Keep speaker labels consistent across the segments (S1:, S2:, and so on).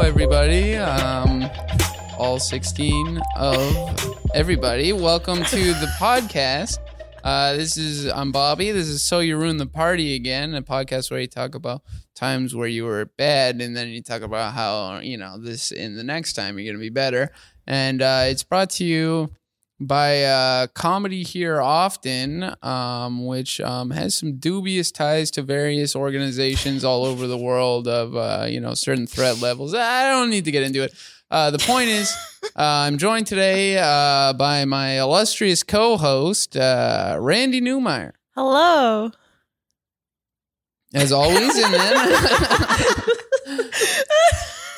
S1: everybody. Um, all 16 of everybody. Welcome to the podcast. Uh, this is, I'm Bobby. This is So You Ruin the Party Again, a podcast where you talk about times where you were bad and then you talk about how, you know, this and the next time you're going to be better. And uh, it's brought to you by uh, Comedy Here Often, um, which um, has some dubious ties to various organizations all over the world of uh, you know certain threat levels. I don't need to get into it. Uh, the point is, uh, I'm joined today uh, by my illustrious co-host uh, Randy Newmeyer,
S2: Hello.
S1: as always, and then.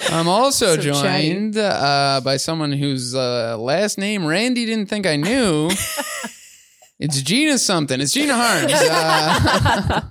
S1: I'm also
S2: So chatty.
S1: joined uh, by someone whose uh, last name Randy didn't think I knew. it's Gina something. It's Gina Harms. Uh,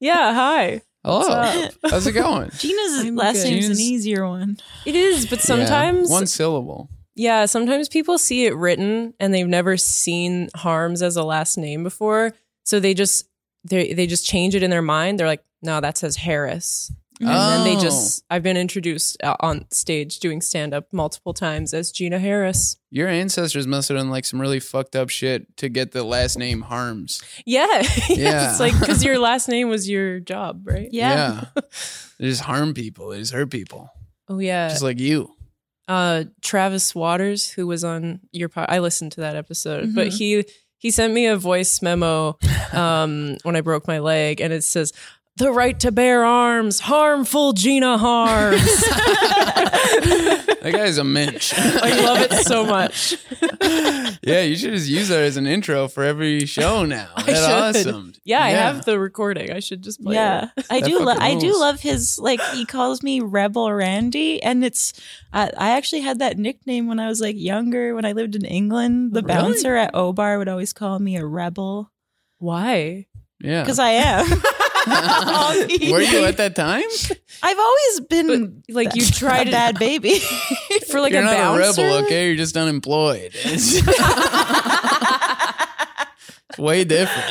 S2: yeah, hi.
S1: hello.
S2: What's
S1: How's it going?
S3: Gina's
S2: I'm
S3: last
S2: good.
S3: name's
S1: Gina's-
S3: an easier one.
S2: It is, but sometimes
S1: Yeah, one syllable.
S2: yeah, sometimes people see it written and they've never seen Harms as a last name before, so they just they they just change it in their mind. They're like, "No, that says Harris." And then they
S1: Oh.
S2: just I've been introduced uh, on stage doing stand up multiple times as Gina Harris.
S1: Your ancestors must have done like some really fucked up shit to get the last name Harms.
S2: Yeah.
S1: Yeah.
S2: yeah. It's like cuz your last name was your job, right?
S3: Yeah.
S1: they just harm people. They just hurt people.
S2: Oh yeah.
S1: Just like you.
S2: uh Travis Waters, who was on your pod. I listened to that episode, but
S3: Mhm.
S2: he he sent me a voice memo um, when I broke my leg, and it says. The right to bear arms, harmful Gina harms. I
S1: That guy's a mensch.
S2: love it so much.
S1: yeah, you should just use that as an intro for every show now. That's
S2: should.
S1: awesome.
S2: Yeah, I have the recording. I should just play.
S3: Yeah, I
S1: That
S3: do. Lo-
S1: fucking
S3: I do
S1: rules.
S3: love his like. He calls me Rebel Randy, and it's. I I actually had that nickname when I was like younger. When I lived in England, the
S2: Really?
S3: bouncer at O Bar would always call me a rebel
S2: Why?
S1: Yeah.
S3: because I am.
S1: Oh. Were you at that time?
S3: I've always been
S2: But, like, you tried
S3: a
S2: to-
S3: bad baby.
S2: For like
S1: You're
S2: a
S1: not
S2: bouncer?
S1: a rebel, okay? You're just unemployed. It's way different.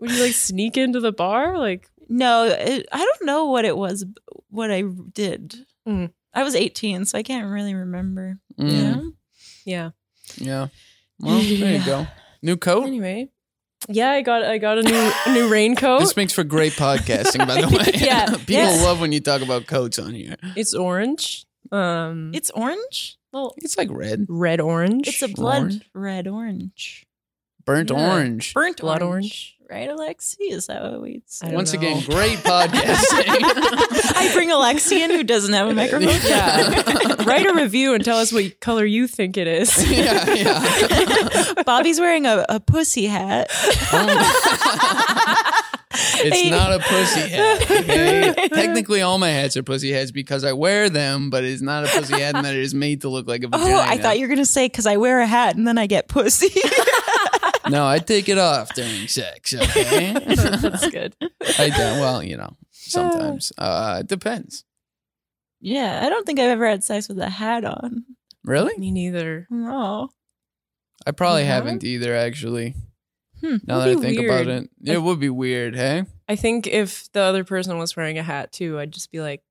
S2: Would you like sneak into the bar? Like,
S3: no, it, I don't know what it was. What I did.
S2: Mm.
S3: I was 18, so I can't really remember.
S1: Mm,
S3: Yeah.
S2: yeah.
S1: yeah. Well, there you
S3: Yeah.
S1: go. New coat.
S2: Anyway, yeah, I got I got a new a new raincoat.
S1: This makes for great podcasting, by the way.
S2: Yeah.
S1: People
S2: Yes.
S1: love when you talk about coats on here.
S2: It's orange. Um,
S3: It's orange.
S2: well,
S1: It's like red,
S2: red orange.
S3: It's a blood
S1: Orange?
S3: red orange.
S1: burnt
S2: Yeah.
S1: orange.
S3: Burnt
S2: Blood
S3: Right, Alexi? Is that what we
S2: I
S3: say?
S2: don't
S1: Once
S2: know.
S1: again, great podcasting.
S3: I bring Alexi in who doesn't have a microphone.
S2: yeah. Write a review and tell us what color you think it is.
S1: yeah, yeah.
S3: Bobby's wearing a, a pussy hat.
S1: Oh. It's not a pussy hat. okay? Technically, all my hats are pussy hats because I wear them, but it's not a pussy hat and that it is made to look like a vagina.
S3: Oh, I thought you were gonna say because I wear a hat and then I get pussy.
S1: No, I take it off during sex. Okay.
S2: That's good.
S1: I don't. Well, you know, sometimes uh, it depends.
S3: yeah, I don't think I've ever had sex with a hat on.
S1: Really?
S2: Me neither.
S3: No,
S1: I probably
S2: You
S1: haven't either. Actually,
S3: Hmm.
S1: now that I
S2: That'd be
S1: think about
S2: weird.
S1: it, it would be weird. Hey,
S2: I think if the other person was wearing a hat too, I'd just be like,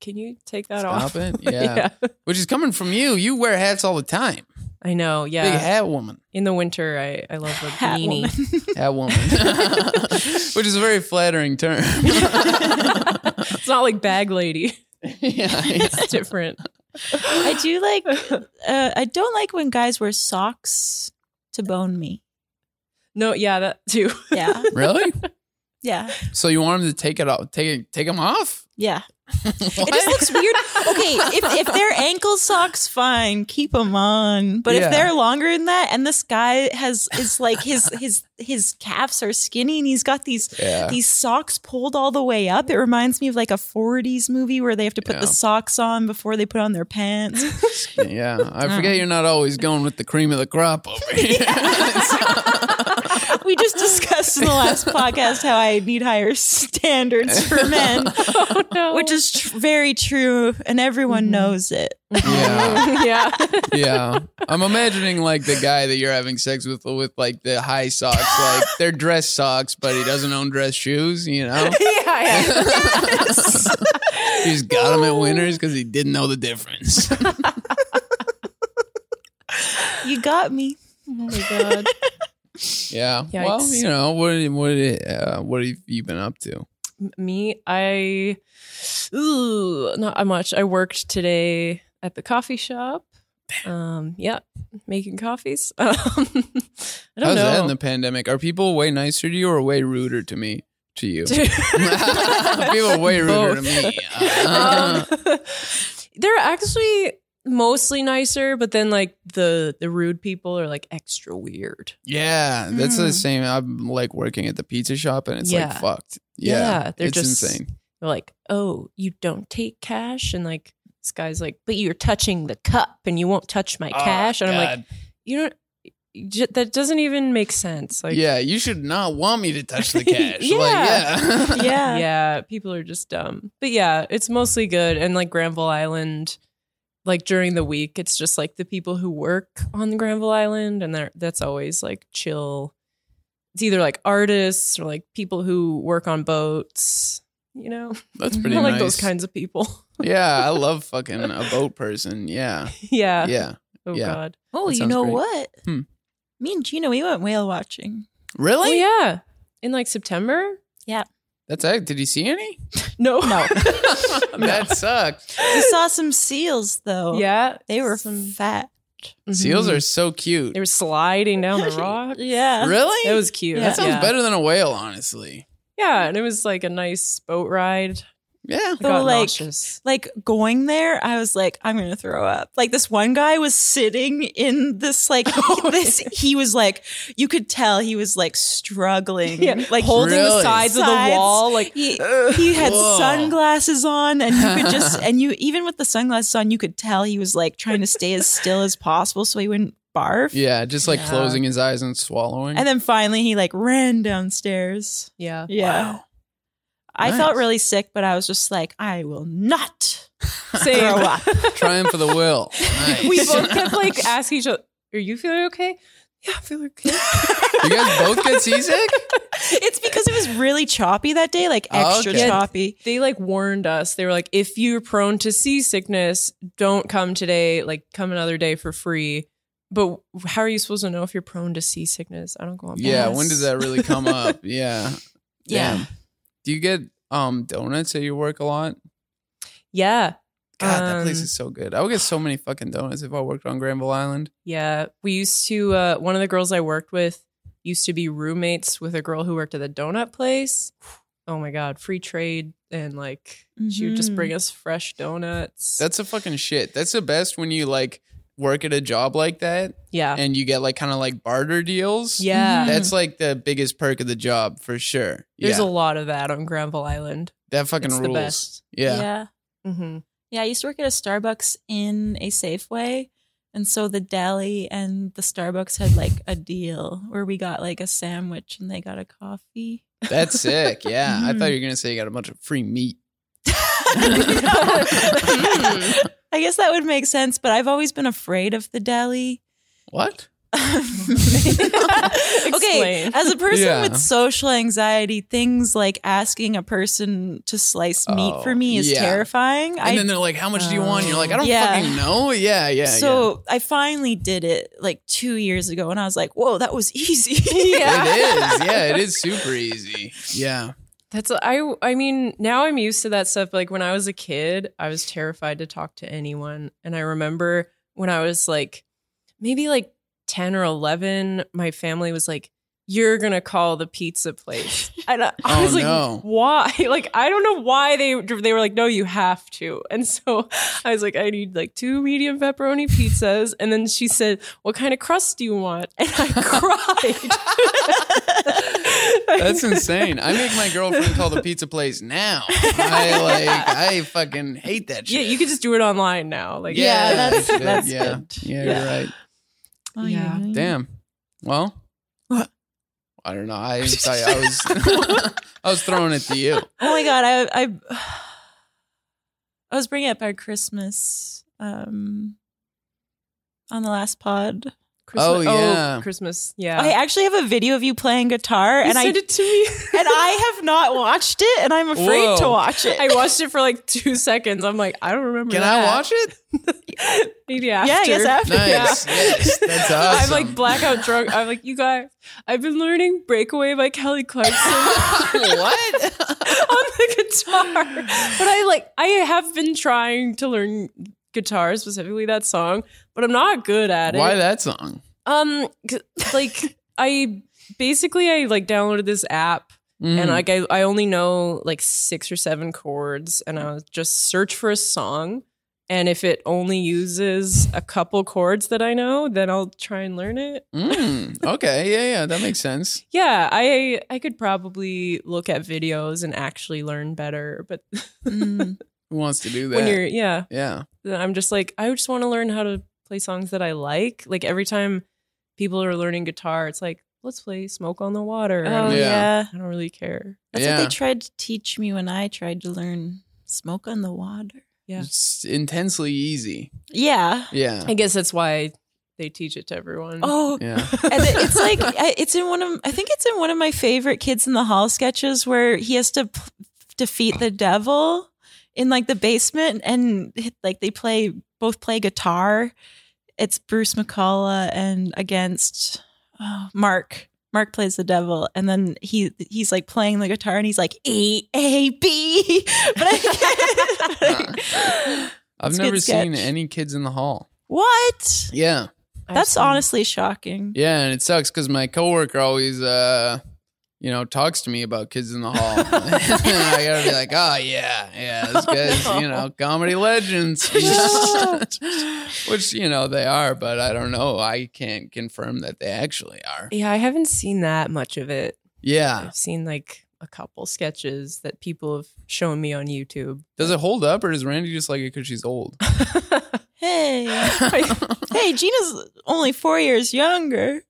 S2: "Can you take that
S1: stop
S2: off?"
S1: it. Yeah. which is coming from you. You wear hats all the time.
S2: I know.
S1: Big
S2: Yeah,
S1: hat woman.
S2: in the winter, I I love the
S3: hat
S2: beanie.
S3: woman.
S1: Hat woman. which is a very flattering term.
S2: it's not like bag lady.
S1: yeah.
S2: It's different.
S3: I do like. Uh, I don't like when guys wear socks to bone me.
S2: No, yeah, that too.
S3: Yeah,
S1: Really?
S3: yeah,
S1: So you want him to take it off? Take it, take him off?
S3: yeah.
S1: What?
S3: It just looks weird. Okay, if, if they're ankle socks, fine, keep them on. But
S1: Yeah.
S3: if they're longer than that, and this guy has is like his his his calves are skinny, and he's got these
S1: yeah.
S3: these socks pulled all the way up. It reminds me of like a '40s movie where they have to put the
S1: Yeah.
S3: socks on before they put on their pants.
S1: Yeah. I forget you're not always going with the cream of the crop over here.
S3: we just discussed in the last podcast how I need higher standards for men,
S2: Oh no.
S3: which is tr- very true, and everyone
S2: Mhm.
S3: knows it.
S1: yeah.
S2: yeah.
S1: yeah. I'm imagining like the guy that you're having sex with with like the high socks, like they're dress socks, but he doesn't own dress shoes, you know?
S2: yeah, I am.
S1: Yes. he just got him at Winners because he didn't know the difference.
S3: You got me.
S2: Oh my god.
S1: yeah. Well,
S2: Yikes.
S1: you know what? What? Uh, what have you been up to?
S2: Me, I ooh, not much. I worked today at the coffee shop. Um, yeah, making coffees. Um, I don't
S1: How's
S2: know.
S1: that in the pandemic? Are people way nicer to you or way ruder to me? To you, people are way ruder to me. Uh,
S2: Um, they're actually mostly nicer, but then like the the rude people are like extra weird.
S1: yeah, that's the
S3: Mm.
S1: same. I'm like working at the pizza shop, and it's like
S2: hmm. Yeah.
S1: fucked. Yeah,
S2: Yeah, they're
S1: it's
S2: just-
S1: insane.
S2: They're like, "Oh, you don't take cash," and like this guy's like, "But you're touching the cup, and you won't touch my
S1: Oh,
S2: cash," and I'm like,
S1: God.
S2: "You don't." you ju- That doesn't even make sense. Like,
S1: yeah, you should not want me to touch the cash.
S2: Yeah.
S1: Like, yeah,
S3: Yeah.
S2: yeah, people are just dumb. But yeah, it's mostly good. And like Granville Island, like during the week, it's just like the people who work on Granville Island, and they're, that's always like chill. It's either like artists or like people who work on boats. You know,
S1: that's
S2: I
S1: pretty.
S2: like
S1: nice.
S2: those kinds of people.
S1: Yeah, I love fucking a boat person. Yeah,
S2: yeah.
S1: yeah.
S2: Oh
S1: yeah.
S2: God.
S3: Oh,
S1: That
S3: you
S1: sounds
S3: know
S1: great.
S3: what?
S1: Hmm.
S3: Me and Gina, we went whale watching.
S1: Really?
S2: Oh yeah. In like September.
S1: That's it. Did you see any?
S2: No.
S3: No.
S1: that
S2: Mm-hmm.
S1: sucked.
S3: We saw some seals though.
S2: yeah.
S3: They were
S2: Some-
S3: fat.
S1: Seals
S2: Mhm.
S1: are so cute.
S2: They were sliding down the rock.
S3: yeah.
S1: Really?
S2: That was cute.
S3: That
S1: that sounds
S2: yeah.
S1: better than a whale, honestly.
S2: Yeah, and it was like a nice boat ride.
S1: Yeah.
S2: I
S3: So,
S2: got
S3: like-
S2: nauseous.
S3: Like going there, I was like, I'm gonna throw up. Like this one guy was sitting in this, like this. He was like, you could tell he was like struggling, like
S2: holding
S1: Really?
S2: the sides, of the
S3: Sides.
S2: wall, like
S3: He, he had
S1: Whoa.
S3: sunglasses on and you could just and you even with the sunglasses on you could tell he was like trying to stay as still as possible so he wouldn't barf
S1: Yeah, just like
S2: Yeah.
S1: closing his eyes and swallowing.
S3: and then finally he like ran downstairs
S2: yeah.
S3: yeah
S1: Wow.
S3: i
S1: Nice.
S3: felt really sick but i was just like i will not
S2: Same.
S3: Throw up.
S1: Trying for the will. Nice.
S2: we both kept like asking each other, "Are you feeling okay?" Yeah, I feel okay.
S1: you guys both get seasick?
S3: it's because it was really choppy that day like extra
S1: Oh, Okay.
S3: choppy
S2: they like warned us. They were like, "If you're prone to seasickness, don't come today. Like, come another day for free." But how are you supposed to know if you're prone to seasickness? I don't go on.
S1: Yeah,
S2: boats.
S1: when did that really come up? Yeah.
S3: yeah
S1: Damn. Do you get um donuts at your work a lot?
S2: Yeah,
S1: God, that place
S2: Um,
S1: is so good. I would get so many fucking donuts if I worked on Granville Island.
S2: Yeah, we used to. Uh, one of the girls I worked with used to be roommates with a girl who worked at the donut place. Oh my god, free trade and like she would just
S3: Mhm.
S2: bring us fresh donuts.
S1: That's the fucking shit. That's the best when you like work at a job like that
S2: yeah,
S1: and you get like kind of like barter deals.
S2: yeah.
S1: That's like the biggest perk of the job for sure.
S2: Mm-hmm. There's
S1: yeah.
S2: a lot of that on Granville Island.
S1: that fucking
S2: it's the
S1: rules.
S2: best.
S1: Yeah.
S3: yeah
S2: hmm
S3: Yeah, I used to work at a Starbucks in a Safeway. And so the deli and the Starbucks had like a deal where we got like a sandwich and they got a coffee.
S1: That's sick. Yeah. I
S2: Mm-hmm.
S3: Mhm.
S1: thought you were gonna say you got a bunch of free meat.
S3: I guess that would make sense, but I've always been afraid of the deli.
S1: What?
S3: okay,
S2: Explain.
S3: as a person
S1: Yeah.
S3: with social anxiety, things like asking a person to slice meat
S1: Oh,
S3: for me is
S1: yeah.
S3: terrifing.
S1: And then they're like, How much do you want? And you're like, I don't
S3: Yeah.
S1: fucking know. Yeah, yeah. yeah.
S3: so I finally did it like two years ago, and I was like, "Whoa, that was easy."
S2: Yeah.
S1: It is. Yeah, it is super easy. Yeah.
S2: That's I. I mean, now I'm used to that stuff. Like when I was a kid, I was terrified to talk to anyone, and I remember when I was like, maybe like ten or eleven, my family was like, "You're gonna call the pizza place," and I, I
S1: Oh,
S2: was like,
S1: no.
S2: "Why?" Like I don't know why they they were like, "No, you have to," and so I was like, "I need like two medium pepperoni pizzas," and then she said, "What kind of crust do you want?" And I cried.
S1: That's insane. I make my girlfriend call the pizza place now. I like I fucking hate that
S2: Yeah,
S1: shit.
S2: you could just do it online now. Like,
S3: Yeah, that's-
S1: shit.
S3: that's
S1: yeah. Yeah, you're
S2: Yeah.
S1: right.
S3: Oh,
S2: Yeah.
S1: Damn. Well,
S3: What?
S1: I don't know. I I, I was I was throwing it to you.
S3: Oh my god, I I I was bringing up our Christmas um on the last pod.
S2: Christmas.
S1: Oh, yeah.
S2: Christmas. Oh, Yeah.
S3: I actually have a video of you playing guitar,
S2: You
S3: and I
S2: sent
S3: and
S2: it to me.
S3: I have not watched it, and I'm afraid
S1: Whoa.
S3: to watch it.
S2: I watched it for like two seconds. I'm like, I don't remember.
S1: Can I
S2: that.
S1: watch it?
S2: Maybe after.
S3: yeah, I guess after.
S1: Nice.
S2: Yeah.
S1: Yes, that's awesome.
S2: I'm like blackout drunk. I'm like, you guys, I've been learning "Breakaway" by Kelly Clarkson
S1: what?
S2: on the guitar, but I like, I have been trying to learn guitar, specifically that song, but I'm not good at it.
S1: Why that song?
S2: Um, c- like I basically I like downloaded this app
S1: Mm.
S2: and like I, I only know like six or seven chords and I was just search for a song and if it only uses a couple chords that I know, then I'll try and learn it.
S1: Mm, okay, yeah, yeah, that makes sense.
S2: Yeah, I I could probably look at videos and actually learn better, but
S3: Mm.
S1: Who wants to do that?
S2: when you're yeah,
S1: yeah,
S2: then I'm just like I just want to learn how to play songs that I like. Like every time people are learning guitar, it's like let's play Smoke on the Water. and
S3: Oh
S1: Yeah.
S3: yeah,
S2: I don't really care.
S3: that's
S1: Yeah.
S3: what they tried to teach me when I tried to learn smoke on the water.
S2: Yeah.
S1: it's intensely easy.
S3: Yeah.
S1: Yeah,
S2: I guess that's why they teach it to everyone.
S3: Oh,
S1: yeah.
S3: and it- it's like I- it's in one of I think it's in one of my favorite Kids in the Hall sketches where he has to p- defeat the devil in like the basement and like they play both play guitar. It's Bruce McCullough and against oh, Mark. Mark plays the devil, and then he he's like playing the guitar, and he's like A A B. But I,
S1: I've
S3: It's a good
S1: never seen
S3: sketch.
S1: any kids in the hall.
S3: what?
S1: Yeah,
S2: I've
S3: That's
S2: seen-
S3: honestly shocking.
S1: yeah, and it sucks because my coworker always, uh, you know, talks to me about kids in the hall. and I gotta be like, oh yeah, yeah, this guy's, you know, comedy legends. Which you know they are, but I don't know. I can't confirm that they actually are.
S2: Yeah, I haven't seen that much of it.
S1: Yeah,
S2: I've seen like a couple sketches that people have shown me on YouTube.
S1: does it hold up, or does Randy just like it because she's old?
S3: Hey. hey, Gina's only four years younger.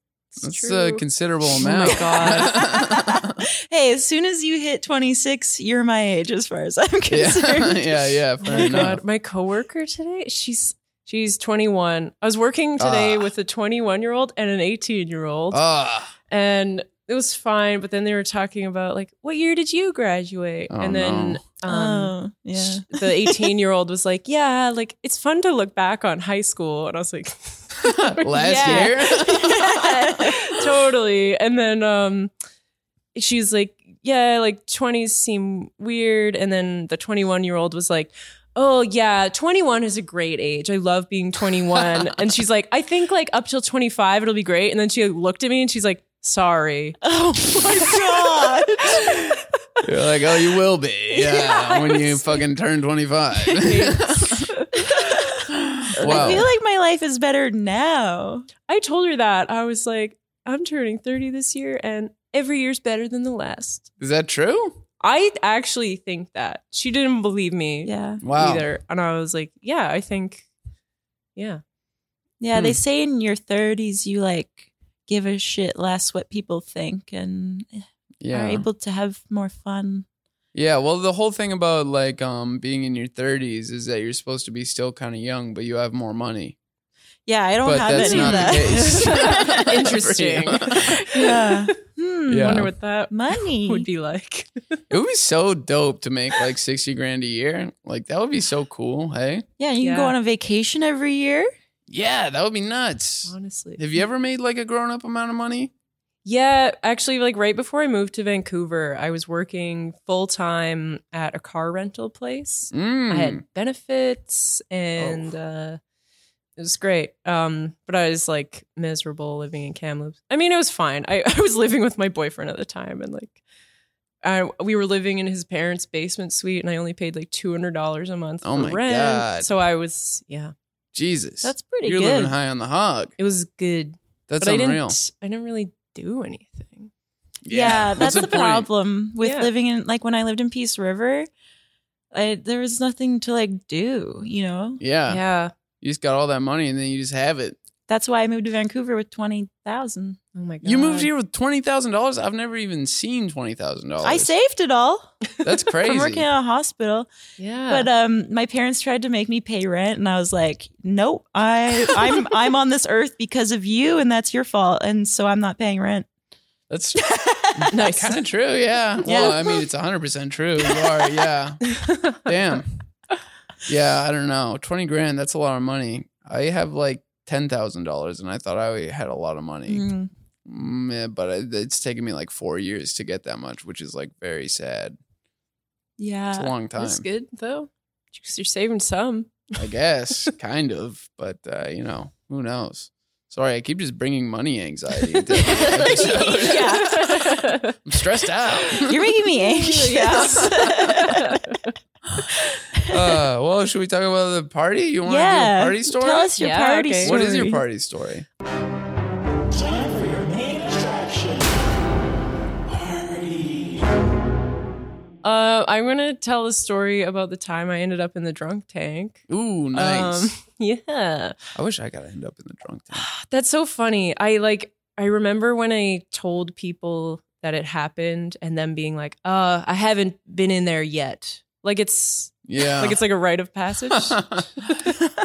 S1: That's uh, a
S2: true.
S1: considerable
S2: Oh my
S1: amount.
S2: God.
S3: hey, as soon as you hit 26, you're my age as far as I'm
S1: yeah,
S3: concerned.
S1: yeah, yeah.
S2: Oh
S1: Fair
S2: my
S1: enough.
S2: god, my coworker today, she's she's 21. I was working today
S1: Ah.
S2: with a 21 year old and an 18 year old,
S1: Ah,
S2: and it was fine. But then they were talking about like, what year did you graduate?
S1: Oh,
S2: and then um,
S3: oh, yeah.
S2: sh- the 18 year old was like, yeah, like it's fun to look back on high school, and I was like,
S1: last
S2: Yeah.
S1: year.
S2: totally. And then um, she's like, yeah, like 20s seem weird. And then the 21 year old was like, oh, yeah, 21 is a great age. I love being 21. and she's like, I think like up till 25, it'll be great. And then she looked at me and she's like, sorry.
S3: Oh my god.
S1: You're like, oh, you will be. Yeah,
S2: Yeah, I
S1: when you
S2: was-
S1: fucking turn 25.
S3: I feel
S1: wow.
S3: like my life is better now.
S2: I told her that. I was like, I'm turning 30 this year and every year's better than the last.
S1: Is that true?
S2: I actually think that. She didn't believe me.
S3: Yeah.
S1: Wow.
S2: either. And I was like, yeah, I think, yeah.
S3: Yeah,
S1: Hmm.
S3: they say in your 30s you like give a shit less what people think and are
S1: Yeah.
S3: able to have more fun.
S1: yeah. Well, the whole thing about like um being in your 30s is that you're supposed to be still kind of young, but you have more money.
S3: Yeah, I don't
S1: But
S3: have
S1: that's
S3: any
S1: not
S3: of that.
S1: the case.
S2: Interesting.
S3: yeah. Hmm.
S1: Yeah.
S2: Wonder what that
S3: Money.
S2: would be like.
S1: It would be so dope to make like 60 grand a year. Like, that would be so cool. Hey.
S3: Yeah, you can go
S2: Yeah.
S3: on a vacation every year.
S1: Yeah, that would be nuts.
S2: Honestly.
S1: Have you ever made like a grown up amount of money?
S2: Yeah, actually, like right before I moved to Vancouver, I was working full time at a car rental place.
S1: Mm.
S2: I had benefits and
S1: Oh.
S2: uh, it was great. Um, but I was like miserable living in Kamloops. I mean, it was fine. I, I was living with my boyfriend at the time and like I, we were living in his parents' basement suite and I only paid like $200 a month
S1: Oh
S2: for
S1: my
S2: rent.
S1: God.
S2: So I was, yeah,
S1: Jesus.
S3: That's pretty
S1: You're
S3: good.
S1: living high on the hog.
S2: it was good.
S1: That's
S2: but I didn't,
S1: unreal.
S2: I didn't really do anything.
S3: yeah,
S1: What's
S3: that's the,
S1: point?
S3: problem with
S2: Yeah.
S3: living in like when I lived in Peace River, I, there was nothing to like do, you know.
S1: Yeah.
S2: yeah.
S1: You just got all that money and then you just have it.
S3: That's why I moved to Vancouver with twenty thousand.
S2: Oh my god.
S1: You moved here with twenty thousand dollars. I've never even seen twenty thousand dollars.
S3: I saved it all
S1: that's
S3: from
S1: crazy.
S3: working at a hospital.
S2: Yeah.
S3: But um, my parents tried to make me pay rent, and I was like, "Nope, I, I'm I'm on this earth because of you, and that's your fault, and so I'm not paying rent."
S1: That's
S2: Nice.
S1: kind of true. Yeah. Well, I mean, it's hundred percent true. You are. Yeah. Damn. Yeah, I don't know. Twenty grand. That's a lot of money. I have like ten thousand dollars, and I thought I had a lot of money.
S3: Mm.
S1: Mm, yeah, but I, it's taken me like four years to get that much, which is like very sad. It's a
S3: Yeah,
S1: long time,
S2: That's good though. 'Cause You're saving some.
S1: I guess, kind of. But uh, you know, who knows? Sorry, I keep just bringing money anxiety. Into every episode.
S2: yeah.
S1: I'm stressed out.
S3: you're making me anxious.
S2: Yeah.
S1: Uh, well, should we talk about the party? You want to do
S3: yeah,
S1: a party story?
S3: tell us your
S2: Yeah,
S3: party
S2: okay.
S3: story.
S1: What is your party story?
S4: Time for your main attraction. Party.
S2: Uh, I'm gonna tell a story about the time I ended up in the drunk tank.
S1: Ooh, nice.
S2: Um, yeah.
S1: I wish I gotta end up in the drunk tank.
S2: That's so funny. I like I remember when I told people that it happened and them being like, uh, I haven't been in there yet. Like it's
S1: Yeah.
S2: like it's like a rite of passage.
S1: Uh.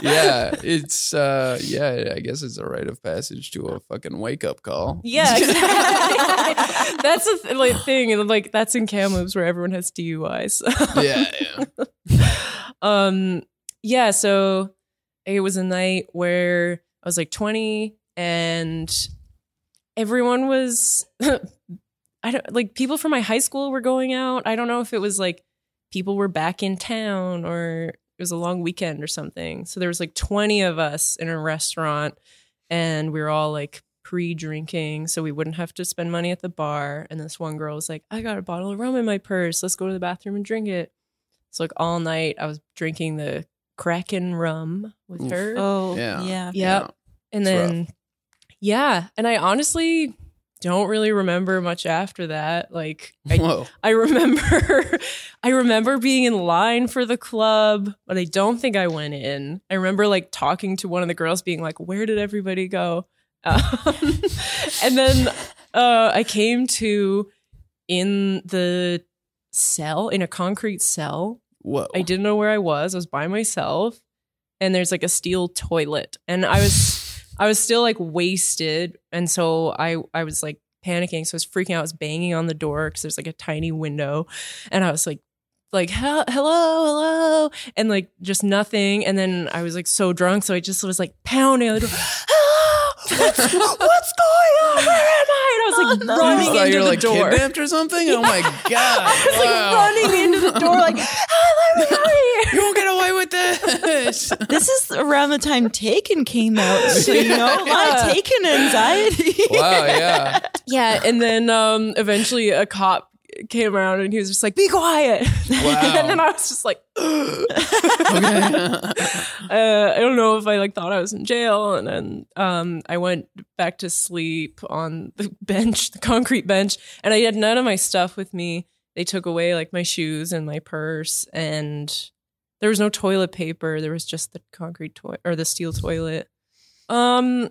S1: yeah, it's uh yeah, I guess it's a rite of passage to a fucking wake up call.
S2: yeah, exactly. that's a th- like thing. and, Like that's in Kamloops where everyone has DUIs.
S1: Yeah, yeah.
S2: um yeah so it was a night where i was like 20 and everyone was i don't like people from my high school were going out i don't know if it was like people were back in town or it was a long weekend or something so there was like 20 of us in a restaurant and we were all like pre-drinking so we wouldn't have to spend money at the bar and this one girl was like i got a bottle of rum in my purse let's go to the bathroom and drink it so like all night I was drinking the Kraken rum with
S1: Oof.
S2: her.
S3: Oh,
S1: Yeah.
S3: yeah.
S2: Yep. and
S1: it's rough.
S2: then yeah, and I honestly don't really remember much after that. Like I,
S1: Whoa.
S2: I remember I remember being in line for the club, but I don't think I went in. I remember like talking to one of the girls being like, "Where did everybody go?" Um, and then uh, I came to in the cell in a concrete cell
S1: Whoa.
S2: I didn't know where I was. I was by myself, and there's like a steel toilet, and I was, I was still like wasted, and so I, I was like panicking. So I was freaking out. I was banging on the door because there's like a tiny window, and I was like, like "Hel- hello, hello, and like just nothing. And then I was like so drunk, so I just was like pounding on the door. Hello, what's, what's going on? Where am I? And I was like
S3: Oh, no.
S1: You
S2: running
S1: just thought
S2: into
S1: you were
S2: the
S1: like
S2: door.
S1: kidnapped or something? Oh my god. I
S2: was, like, running into the door, like, "Hello, I'm out of here.
S1: You won't get away with this.
S3: This is around the time Taken came out, so you know a lot of Taken anxiety.
S1: wow, yeah.
S2: Yeah, and then um, eventually a cop came around and he was just like, "Be quiet!" and then I was just like, "Ugh."
S1: Okay.
S2: uh, "I don't know if I like thought I was in jail." And then um, I went back to sleep on the bench, the concrete bench, and I had none of my stuff with me. They took away like my shoes and my purse, and there was no toilet paper. There was just the concrete toilet or the steel toilet. Um,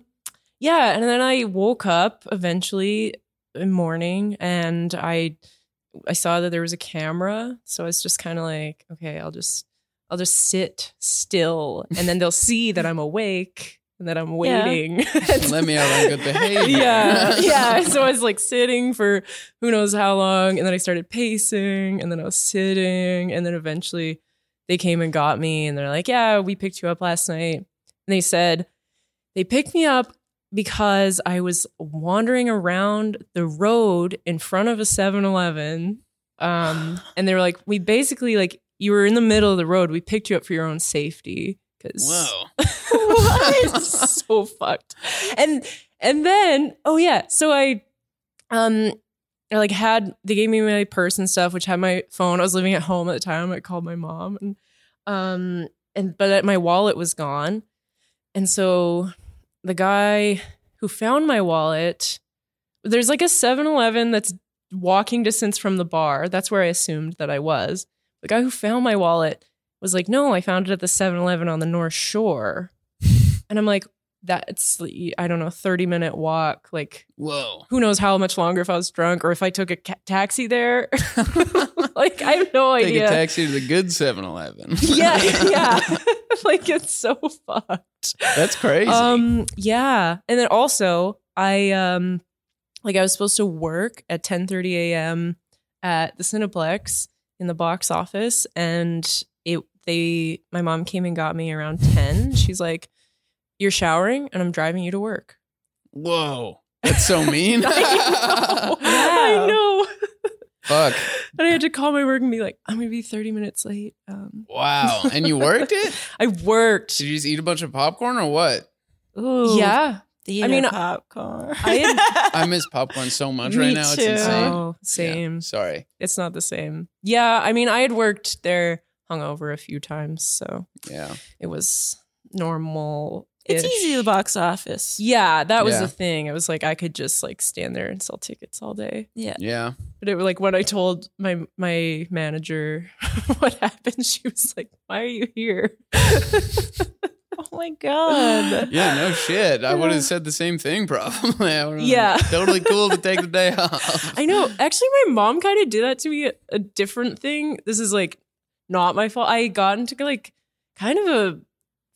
S2: yeah, and then I woke up eventually in morning, and I I saw that there was a camera, so I was just kind of like, okay, I'll just I'll just sit still, and then they'll see that I'm awake and that I'm
S3: Yeah.
S2: waiting.
S1: Let me out on good behavior.
S2: yeah, yeah. So I was like sitting for who knows how long, and then I started pacing, and then I was sitting, and then eventually they came and got me, and they're like, "Yeah, we picked you up last night." And they said they picked me up because I was wandering around the road in front of a 7-Eleven, um, and they were like, "We basically like you were in the middle of the road. We picked you up for your own safety." Cause
S1: Whoa.
S2: what? so fucked. And and then oh yeah, so I um I like had they gave me my purse and stuff, which had my phone. I was living at home at the time. I called my mom and um and but my wallet was gone. And so the guy who found my wallet, there's like a 7-Eleven that's walking distance from the bar. That's where I assumed that I was. The guy who found my wallet was like, "No, I found it at the 7-Eleven on the North Shore." And I'm like, that's I don't know, 30 minute walk. Like
S1: Whoa.
S2: who knows how much longer if I was drunk or if I took a ca- taxi there. like I have no
S1: Take a
S2: idea.
S1: taxi to the good 7 Eleven.
S2: yeah, yeah. like it's so fucked.
S1: That's crazy.
S2: Um, yeah. And then also I um like I was supposed to work at 10 30 a.m. at the Cineplex in the box office and it they my mom came and got me around 10. She's like, You're showering and I'm driving you to work.
S1: Whoa. That's so mean.
S2: I know.
S3: Wow.
S2: I know.
S1: Fuck.
S2: And I had to call my work and be like, I'm gonna be 30 minutes late. Um
S1: Wow. And you worked it?
S2: I worked.
S1: Did you just eat a bunch of popcorn or what?
S3: Ooh,
S2: Yeah.
S3: theater
S2: I mean, uh,
S3: popcorn.
S2: I had-
S1: I miss popcorn so much
S3: Me
S1: right now. It's
S3: too.
S1: insane.
S2: Oh, same.
S1: Yeah, sorry.
S2: it's not the same. Yeah, I mean, I had worked there hungover a few times, so
S1: Yeah.
S2: it was normal.
S3: it's easy the box office.
S2: Yeah, that was
S1: Yeah.
S2: the thing. I was like, I could just like stand there and sell tickets all day.
S3: Yeah.
S1: Yeah.
S2: But it like when I told my my manager what happened, she was like, "Why are you here?"
S3: Oh my god.
S1: Yeah. No shit. I would have said the same thing probably. I would've been
S2: Yeah.
S1: Totally cool to take the day off.
S2: I know. Actually, my mom kind of did that to me. A, a different thing. This is like not my fault. I got into like kind of a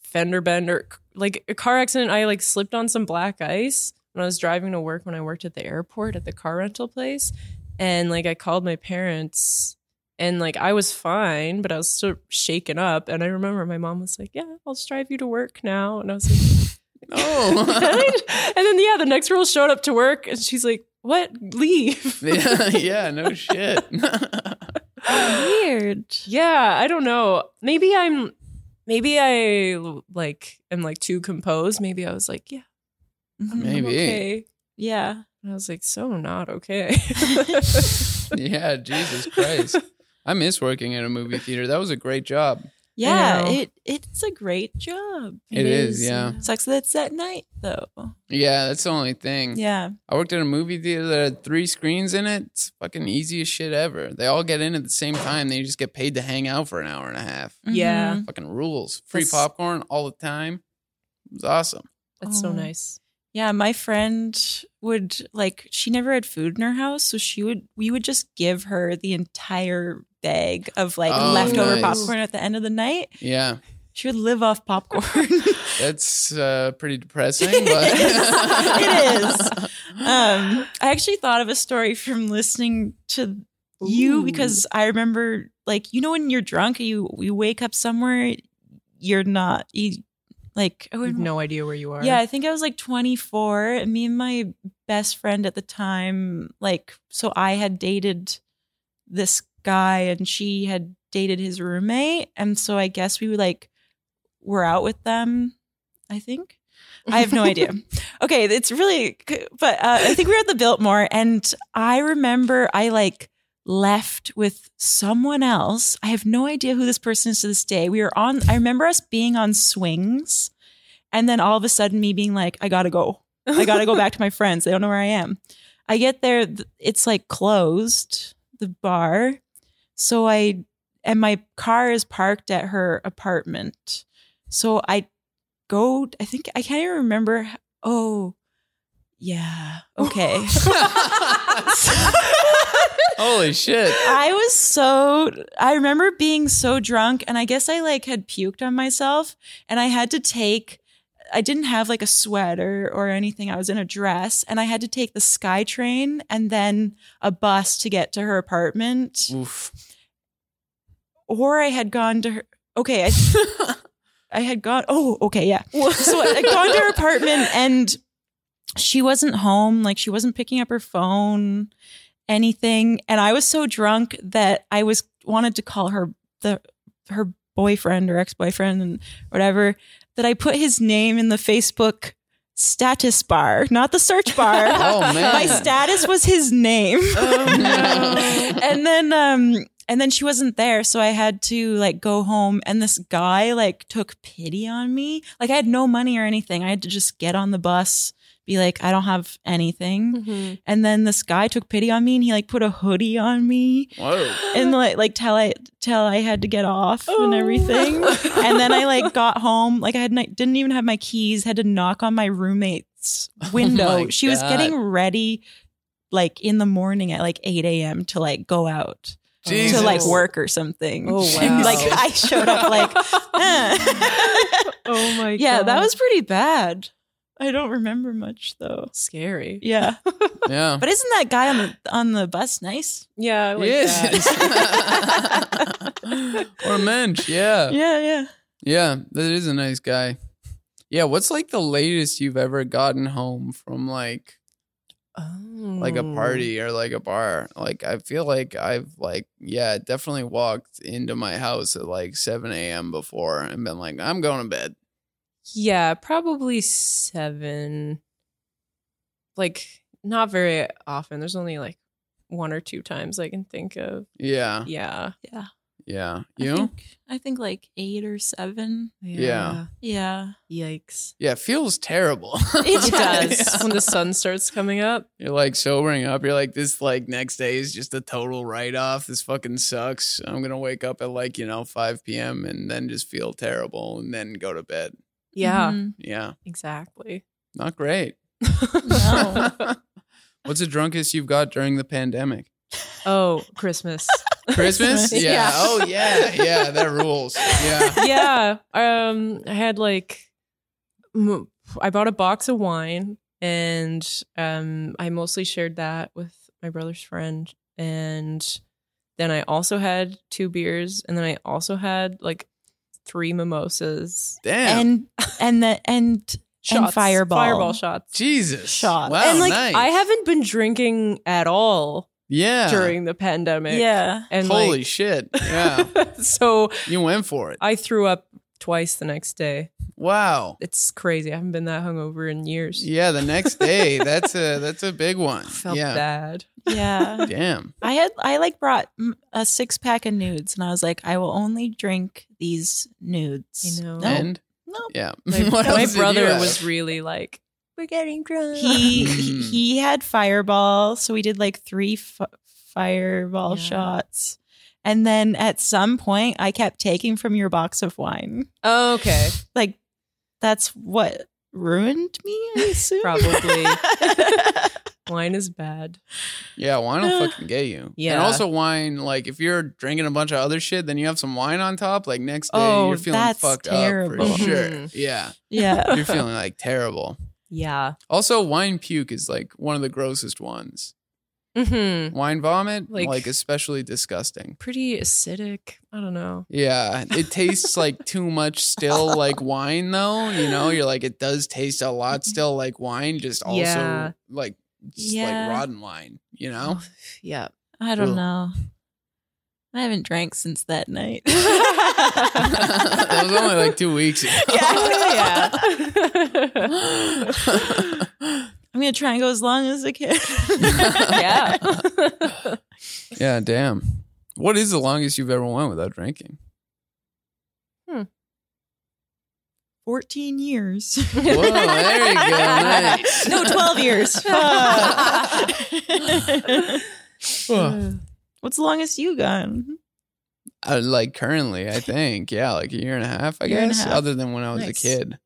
S2: fender bender, like a car accident. I like slipped on some black ice when I was driving to work when I worked at the airport at the car rental place, and like I called my parents. And like I was fine, but I was still shaken up. And I remember my mom was like, "Yeah, I'll just drive you to work now." And I was like,
S1: Oh.
S2: and then yeah, the next girl showed up to work, and she's like, "What? Leave."
S1: yeah, yeah. No shit.
S2: Oh,
S3: Weird.
S2: Yeah, I don't know. Maybe I'm maybe I like am like too composed. Maybe I was like, yeah, I'm
S3: Mhm.
S1: Maybe.
S2: okay.
S3: Yeah.
S2: And I was like, so not okay.
S1: yeah. Jesus Christ. I miss working at a movie theater. That was a great job.
S3: Yeah,
S2: know.
S3: it it's a great job.
S1: It is, yeah.
S3: Sucks that it's at night though.
S1: Yeah, that's the only thing.
S3: Yeah.
S1: I worked at a movie theater that had three screens in it. It's fucking easiest shit ever. They all get in at the same time. They just get paid to hang out for an hour and a half.
S2: Yeah.
S3: Mhm.
S1: Fucking rules. Free
S2: That's-
S1: popcorn all the time. It was awesome.
S2: That's so
S3: Oh.
S2: nice.
S3: Yeah, my friend would like she never had food in her house, so she would we would just give her the entire bag of like
S1: Oh,
S3: leftover
S1: nice.
S3: popcorn at the end of the night.
S1: Yeah,
S3: She would live off popcorn.
S1: that's uh, pretty depressing. But
S3: It um, I actually thought of a story from listening to you
S2: Ooh.
S3: because I remember, like, you know, when you're drunk, you you wake up somewhere, you're not, you like, I
S2: You have
S3: wouldn't-
S2: no idea where you are.
S3: yeah, I think I was like 24, and me and my best friend at the time, like, so I had dated this guy, and she had dated his roommate, and so I guess we were like, were out with them, I think. I have no idea. Okay, it's really, but uh, I think we were at the Biltmore, and I remember I like left with someone else. I have no idea who this person is to this day. We were on, I remember us being on swings, and then all of a sudden, me being like, I gotta go. I gotta go back to my friends. They don't know where I am. I get there, th- it's like closed, the bar. So I, and my car is parked at her apartment. So I go, I think, I can't even remember. h- Oh, yeah. Okay.
S1: Holy shit!
S3: I was so I remember being so drunk and I guess I like had puked on myself and I had to take I didn't have like a sweater or anything. I was in a dress and I had to take the sky train and then a bus to get to her apartment
S1: Oof.
S3: or I had gone to her Okay, I I had gone Oh, okay, yeah. So I had gone to her apartment and she wasn't home, like she wasn't picking up her phone, anything. And I was so drunk that I was wanted to call her the her boyfriend or ex-boyfriend and whatever that I put his name in the Facebook status bar, not the search bar.
S1: Oh man.
S3: My status was his name
S2: Oh,
S1: no.
S3: and then um and then she wasn't there so i had to like go home and this guy like took pity on me like i had no money or anything i had to just get on the bus be like, I don't have
S2: Hmm.
S3: anything.
S2: Mm-hmm.
S3: And then this guy took pity on me and he like put a hoodie on me
S1: Whoa.
S3: and like like tell I tell I had to get off
S2: Oh.
S3: and everything. and then I like got home, like I had not, didn't even have my keys, had to knock on my roommate's window.
S1: Oh my
S3: she was
S1: God.
S3: getting ready like in the morning at like 8 a.m. to like go out
S1: Jesus.
S3: to like work or something.
S2: Oh,
S1: wow.
S3: like I showed up like eh.
S2: oh my
S3: Yeah, that
S2: God.
S3: was pretty bad. I don't remember much though.
S2: scary.
S3: Yeah.
S1: Yeah.
S3: But isn't that guy on the on the bus nice?
S2: Yeah, I like
S1: Yes.
S2: that.
S1: or mensch. Yeah.
S3: Yeah, yeah.
S1: Yeah, that is a nice guy. Yeah, what's like the latest you've ever gotten home from like like a
S2: Oh.
S1: party or like a bar? Like I feel like I've like yeah, definitely walked into my house at like seven AM before and been like, I'm going to bed.
S2: Yeah, probably seven. Like not very often. There's only like one or two times I can think of.
S1: Yeah.
S2: Yeah.
S3: Yeah.
S1: Yeah.
S3: I
S1: You?
S3: think, I think like eight or seven.
S1: Yeah.
S3: Yeah.
S2: Yikes.
S1: Yeah, it feels terrible.
S3: It
S2: It does.
S1: Yeah.
S2: When the sun starts coming up.
S1: You're like sobering up. You're like, this like next day is just a total write off. This fucking sucks. I'm gonna wake up at like, you know, five PM and then just feel terrible and then go to bed.
S2: Yeah,
S3: Mhm.
S1: Yeah.
S2: exactly.
S1: Not great.
S3: No.
S1: What's the drunkest you've got during the pandemic?
S2: oh, Christmas.
S1: Christmas?
S3: Christmas.
S1: Yeah.
S3: Yeah.
S1: Oh yeah. Yeah. That rules. Yeah.
S2: yeah. Um, I had like, m- I bought a box of wine, and um, I mostly shared that with my brother's friend, and then I also had two beers, and then I also had like three mimosas,
S1: Damn.
S3: And and the and
S2: shots,
S3: fireball.
S2: fireball shots.
S1: Jesus.
S3: Shot.
S1: Wow.
S2: and like
S1: oh, nice.
S2: I haven't been drinking at all
S1: Yeah.
S2: during the pandemic.
S3: yeah.
S2: and
S1: Holy
S2: like,
S1: shit. Yeah.
S2: so
S1: you went for it.
S2: I threw up twice the next day.
S1: Wow.
S2: It's crazy. I haven't been that hungover in years.
S1: Yeah, the next day. That's a that's a big one.
S2: felt
S1: yeah.
S2: bad.
S3: Yeah.
S1: Damn.
S3: I had I like brought mm, a six pack of nudes and I was like I will only drink these nudes.
S2: I know.
S3: No.
S1: And
S3: Nope.
S1: yeah.
S2: My,
S1: What
S2: my
S1: else did you
S2: brother
S1: have?
S2: was really like, "We're getting drunk."
S3: He
S1: Mm.
S3: he had fireball, so we did like three f- fireball
S2: Yeah.
S3: shots. And then at some point I kept taking from your box of wine.
S2: oh, okay,
S3: Like that's what ruined me, I assume.
S2: probably wine is bad.
S1: Yeah, wine will
S3: Uh,
S1: fucking get you. And
S2: yeah.
S1: also wine, like if you're drinking a bunch of other shit, then you have some wine on top, like next day
S3: Oh,
S1: you're feeling
S3: that's
S1: fucked up
S3: terrible.
S1: for sure.
S2: Mhm.
S1: Yeah.
S3: yeah.
S1: You're feeling like terrible.
S2: Yeah,
S1: Also, wine puke is like one of the grossest ones.
S2: hmm
S1: Wine vomit, like,
S2: Like-
S1: especially disgusting.
S2: pretty acidic. I don't know.
S1: Yeah, it tastes like too much still like wine though, you know? You're like it does taste a lot still like wine, just also
S2: Yeah.
S1: like just
S3: Yeah.
S1: like rotten wine, you know?
S2: Yeah,
S3: I don't
S1: Ugh.
S3: know. I haven't drank since that night.
S1: that was only like 2 weeks ago.
S2: yeah.
S1: yeah,
S3: I'm gonna try and go as long as I can.
S2: yeah.
S1: damn. What is the longest you've ever went without drinking?
S3: Fourteen years.
S1: Whoa, there you go. Nice.
S3: No, twelve years. Fuck.
S1: Ugh.
S3: What's the longest you gone?
S1: Uh, like currently, I think. Yeah, like a year and a half, I
S3: Year and a
S1: guess.
S3: half.
S1: Other than when I was a
S3: Nice.
S1: kid.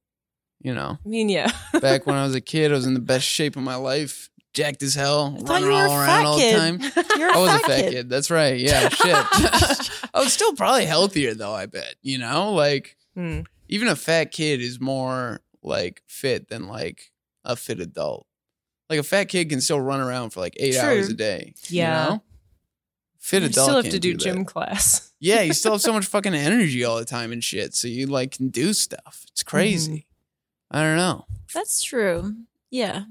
S1: You know,
S2: I mean, yeah.
S1: back when I was a kid, I was in the best shape of my life, jacked as hell,
S3: I thought
S1: running
S3: you were a
S1: all around
S3: fat
S1: all
S3: kid.
S1: the time.
S3: You're a
S1: I was
S3: fat
S1: a fat
S3: kid.
S1: kid. That's right. Yeah, shit. I was still probably healthier though. I bet. You know, like
S2: Hmm.
S1: even a fat kid is more like fit than like a fit adult. Like a fat kid can still run around for like eight
S3: True.
S1: hours a day.
S2: Yeah.
S1: You know? Fit
S2: You
S1: adult.
S2: still have
S1: can't
S2: to do
S1: that.
S2: gym class.
S1: Yeah, you still have so much fucking energy all the time and shit. So you like can do stuff. It's
S3: Mm-hmm.
S1: crazy. I don't know.
S3: That's true. Yeah.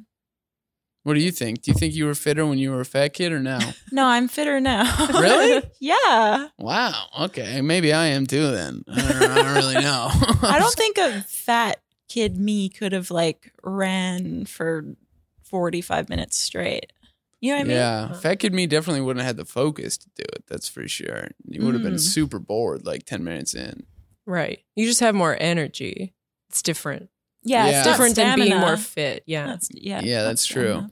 S1: What do you think? Do you think you were fitter when you were a fat kid or now?
S3: No, I'm fitter now.
S1: Really?
S3: yeah.
S1: wow. Okay. Maybe I am too then. I don't, I don't really know.
S3: I don't think a fat kid me could have like ran for 45 minutes straight. You know what I mean?
S1: yeah, fat kid me definitely wouldn't have had the focus to do it. That's for sure. You would have been
S3: Mm.
S1: super bored like ten minutes in.
S2: Right. You just have more energy. It's different.
S3: Yeah,
S1: Yeah.
S3: it's not
S2: Different than being
S3: stamina.
S2: more fit. Yeah.
S3: That's- yeah,
S1: Yeah,
S3: not
S1: that's true.
S3: stamina.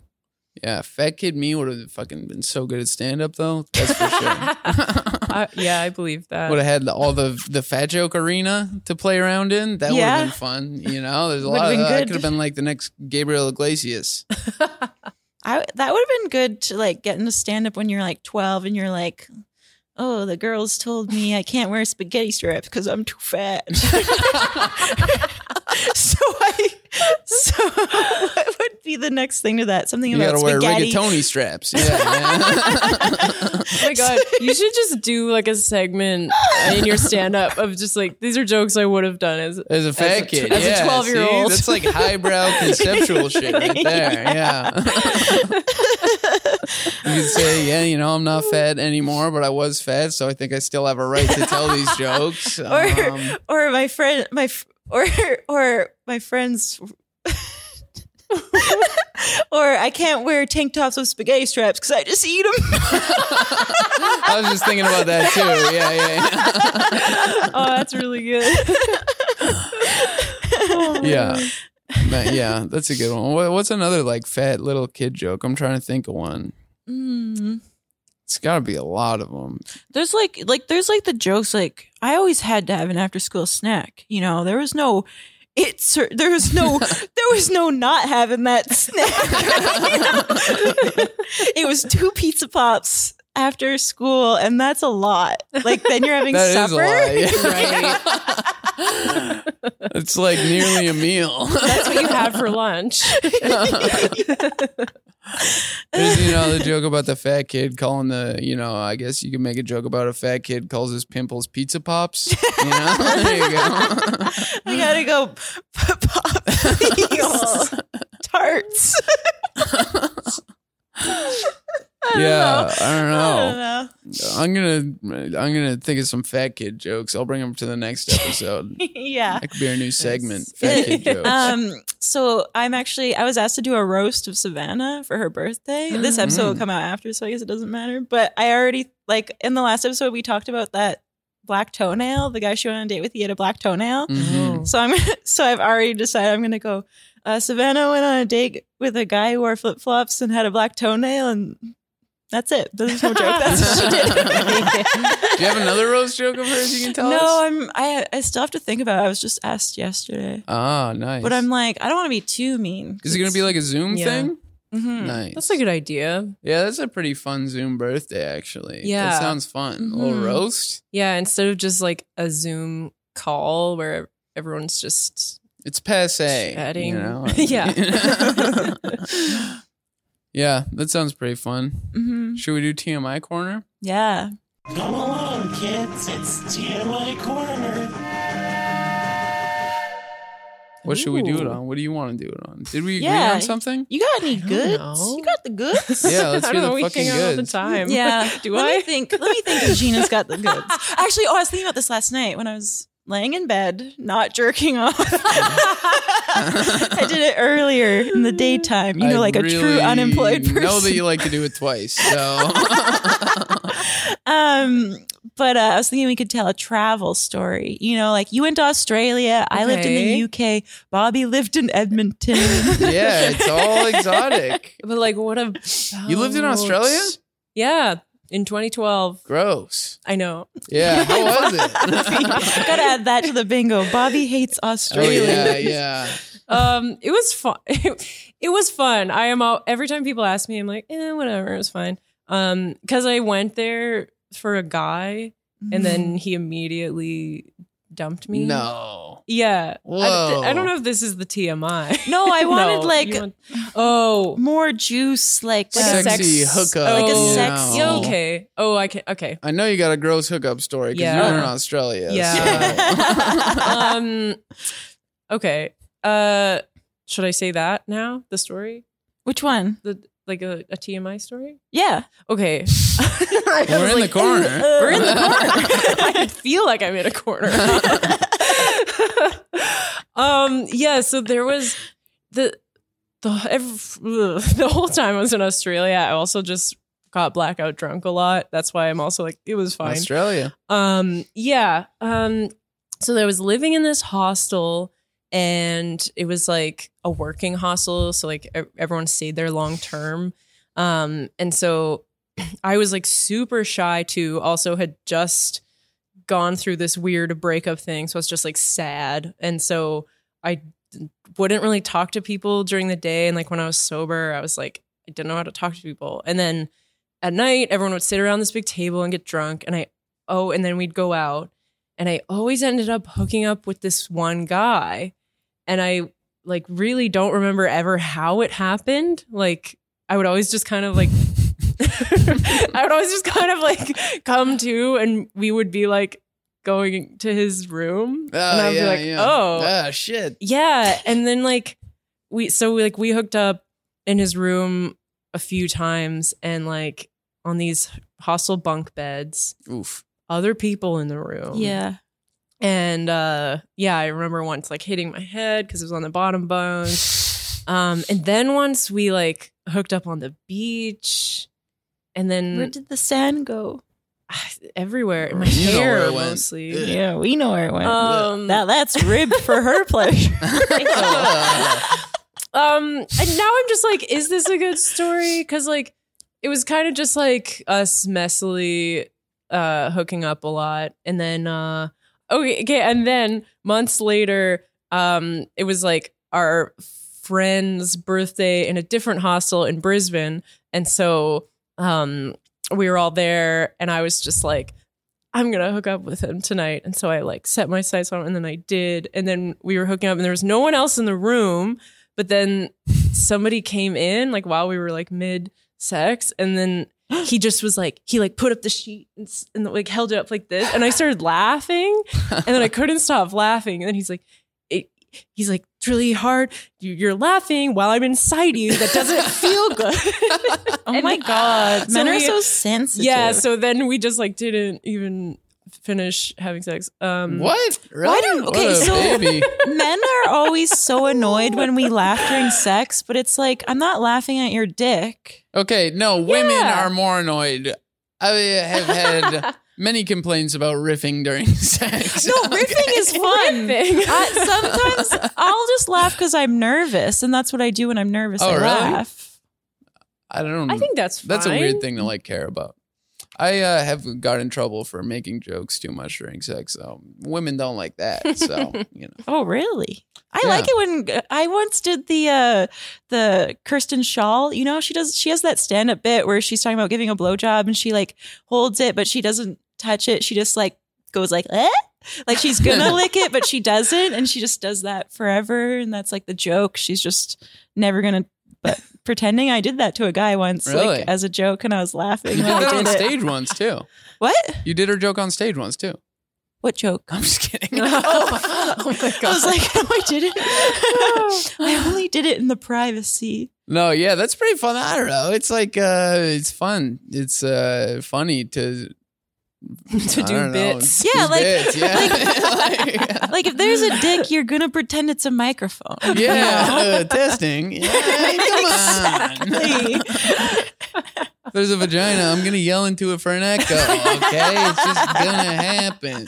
S1: Yeah, Fat Kid Me would have fucking been so good at stand up though. That's for sure.
S2: I, yeah, I believe that.
S1: would have had the, all the the fat joke arena to play around in. That
S3: Yeah.
S1: would have been fun. You know, there's a
S3: Would've
S1: lot of
S3: been
S1: that. I
S3: good.
S1: could have been like the next Gabriel Iglesias.
S3: I that would have been good to like get into stand up when you're like 12 and you're like, oh, the girls told me I can't wear spaghetti straps because I'm too fat. so I, so what would be the next thing to that? Something
S1: You
S3: about
S1: gotta wear
S3: spaghetti.
S1: rigatoni straps. Yeah. man.
S2: oh my god, you should just do like a segment in your stand up of just like these are jokes I would have done as
S1: As a fat
S2: a-
S1: kid,
S2: as a
S1: yeah, see?
S2: 12-year-old.
S1: that's like highbrow conceptual shit right there. Yeah, you could say, yeah, you know, I'm not fat anymore, but I was fat, so I think I still have a right to tell these jokes.
S3: Or-
S1: Um,
S3: or my friend, my f- or or my friends. or I can't wear tank tops with spaghetti straps because I just eat them.
S1: I was just thinking about that too. Yeah, yeah, yeah.
S2: Oh, that's really good.
S1: yeah. But yeah, that's a good one. What- What's another like fat little kid joke? I'm trying to think of one.
S3: Mm.
S1: It's got to be a lot of them.
S3: There's like like there's like the jokes like I always had to have an after school snack. You know, there was no it's there was no there was no not having that snack. it was two pizza pops after school and that's a lot. Like then you're having
S1: That is
S3: supper.
S1: a lot. yeah. it's like nearly a meal.
S2: That's what you have for lunch.
S1: There's, you know, the joke about the fat kid calling the, you know, I guess you can make a joke about a fat kid calls his pimples pizza pops. You know, there you go.
S3: I gotta go p- pop these tarts. I don't
S1: yeah,
S3: know. Uh.
S1: I don't
S3: I
S1: know.
S3: don't know.
S1: I'm gonna, I'm gonna think of some fat kid jokes. I'll bring them to the next episode.
S3: yeah.
S1: That could be our new segment,
S3: Yeah.
S1: fat kid jokes.
S3: Um, so I'm actually I was asked to do a roast of Savannah for her birthday. This episode will
S1: Mm.
S3: come out after, so I guess it doesn't matter. But I already like in the last episode we talked about that black toenail. The guy she went on a date with, he had a black toenail.
S1: Mhm.
S3: So I'm so I've already decided I'm gonna go. Uh, Savannah went on a date with a guy who wore flip flops and had a black toenail, and that's it. There's no joke. That's what she did.
S1: Do you have another roast joke of hers you can tell
S3: no,
S1: us?
S3: I'm I I still have to think about. it. I was just asked yesterday.
S1: Ah, nice.
S3: But I'm like, I don't want to be too mean.
S1: Is it gonna be like a Zoom
S2: Yeah.
S1: thing?
S3: Mhm.
S1: Nice.
S2: That's a good idea.
S1: yeah, that's a pretty fun Zoom birthday actually.
S2: Yeah.
S1: that sounds fun. A little
S3: Mhm.
S1: roast.
S2: Yeah, instead of just like a Zoom call where everyone's just
S1: It's passe.
S2: Chatting.
S1: You know?
S2: Yeah.
S1: yeah, that sounds pretty fun.
S3: Mhm.
S1: Should we do TMI corner?
S3: Yeah.
S4: Come along, kids. It's TMI Corner.
S1: What should we do it
S2: Ooh.
S1: on? What do you want to do it on? Did we agree
S3: Yeah.
S1: on something?
S3: You got any
S2: I don't
S3: goods?
S2: know.
S3: You got the goods?
S1: Yeah, let's hear
S2: I don't
S1: the
S2: know, we
S1: fucking
S2: hang out all the
S1: goods.
S2: time.
S3: Yeah.
S2: Do
S3: Let
S2: I?
S3: me think. Let me think if Gina's got the goods. Actually, oh, I was thinking about this last night when I was laying in bed, not jerking off. I did it earlier in the daytime, you know,
S1: I
S3: like a true
S1: really
S3: unemployed person.
S1: Know that you like to do it twice. So
S3: um, but uh, I was thinking we could tell a travel story. You know, like you went to Australia, I lived in
S2: Okay.
S3: the UK, Bobby lived in Edmonton.
S1: yeah, it's all exotic.
S2: But like what a
S1: You lived in
S3: Oh,
S1: Australia?
S2: Yeah. In 2012.
S1: Gross.
S2: I know.
S1: Yeah, how was it?
S3: Gotta add that to the bingo. Bobby hates
S1: oh,
S3: Australia.
S1: yeah, yeah.
S2: Um, it was fun. it was fun. I am all, every time people ask me, I'm like, eh, whatever, it was fine. Um, because I went there for a guy, and then he immediately dumped me.
S1: No.
S2: Yeah.
S1: Whoa.
S2: I, I don't know if this is the TMI.
S3: No, I wanted
S2: No,
S3: like
S2: you want- oh,
S3: more juice, like, uh,
S2: Like a sex-
S1: Sexy hookup.
S2: like a
S1: you
S3: sexy-
S2: yeah,
S1: know.
S2: okay. Oh, I can. Okay.
S1: I know you got a gross hookup story because
S2: Yeah.
S1: you were in Australia.
S2: Yeah.
S1: so-
S2: Um. okay. Uh, should I say that now? The story,
S3: Which one?
S2: the like a, a TMI story.
S3: Yeah.
S2: Okay.
S1: We're in the corner.
S2: We're in the corner. I feel like I'm in a corner. um, yeah, so there was the the ev ugh, the whole time I was in Australia, I also just got blackout drunk a lot. That's why I'm also like it was fine.
S1: Australia.
S2: Um, yeah. Um, so I was living in this hostel and it was like a working hostel, so like e- everyone stayed there long term. Um, and so I was like super shy too. Also, had just gone through this weird breakup thing, so I was just like sad, and so I d- wouldn't really talk to people during the day. And like when I was sober, I was like I didn't know how to talk to people. And then at night, everyone would sit around this big table and get drunk, and I oh, and then we'd go out, and I always ended up hooking up with this one guy, and I like really don't remember ever how it happened. Like I would always just kind of like I would always just kind of like come to, and we would be like going to his room,
S1: Oh,
S2: and I would
S1: yeah,
S2: be like,
S1: yeah.
S2: "Oh,
S1: Ah, shit.
S2: yeah, and then like we so we, like we hooked up in his room a few times, and like on these hostel bunk beds,
S1: Oof.
S2: other people in the room.
S3: Yeah.
S2: and uh, yeah, I remember once like hitting my head because it was on the bottom bunk. Um, and then once we like hooked up on the beach, and then
S3: Where did the sand go?
S2: everywhere in my
S1: You know where
S2: hair
S1: it went.
S2: mostly.
S1: Ugh.
S3: Yeah, we know where it went.
S2: Um,
S3: now that's ribbed for her pleasure.
S2: um and now i'm just like is this a good story because like it was kind of just like us messily uh hooking up a lot and then uh okay okay and then months later um it was like our friend's birthday in a different hostel in brisbane and so um we were all there and i was just like i'm gonna hook up with him tonight and so i like set my sights on him and then i did and then we were hooking up and there was no one else in the room but then somebody came in like while we were like mid sex and then he just was like he like put up the sheet and, s- and like held it up like this and i started laughing and then i couldn't stop laughing and then he's like it, he's like it's really hard You- you're laughing while i'm inside you that doesn't feel good
S3: oh
S2: And-
S3: my god.
S2: So
S3: Men are
S2: we-
S3: so sensitive.
S2: yeah so then we just like didn't even finish having sex um
S1: What? Really?
S3: don't-
S1: What
S3: okay,
S1: a
S3: so-
S1: baby.
S3: Men are always so annoyed when we laugh during sex, but it's like I'm not laughing at your dick.
S1: Okay, no, women
S2: Yeah.
S1: are more annoyed. I have had many complaints about riffing during sex.
S3: No, riffing is fun. Uh,
S2: Riffing.
S3: I, sometimes I'll just laugh because I'm nervous, and that's what I do when I'm nervous.
S1: Oh,
S3: I
S1: really?
S3: laugh.
S1: I don't.
S2: i think that's fine.
S1: Hmm. that's a weird thing to like care about. I uh, have got in trouble for making jokes too much during sex. So women don't like that. So you know,
S3: Oh, really? I
S1: Yeah.
S3: like it when I once did the uh, the Kirsten Shaw. You know, she does. She has that stand up bit where she's talking about giving a blowjob, and she like holds it, but she doesn't touch it. She just like goes like, eh? like she's gonna lick it, but she doesn't, and she just does that forever. And that's like the joke. She's just never gonna. But pretending I did that to a guy once,
S1: Really?
S3: like as a joke, and I was laughing.
S1: you did
S3: when I
S1: that on
S3: did it.
S1: stage once too.
S3: What?
S1: You did her joke on stage once too.
S3: What joke?
S1: I'm just kidding.
S2: oh, oh my god
S3: I was like, no, I didn't. I only did it in the privacy.
S1: No, yeah, that's pretty fun. I don't know. It's like uh it's fun. It's uh funny to
S2: to
S1: I
S2: do
S1: don't know,
S2: bits
S1: do
S3: Yeah, like-
S1: bits, yeah. Like-
S3: Like, if there's a dick, you're going to pretend it's a microphone.
S1: yeah, uh, testing. Yeah, come on. There's a vagina. I'm gonna yell into it for an echo. Okay, it's just gonna happen.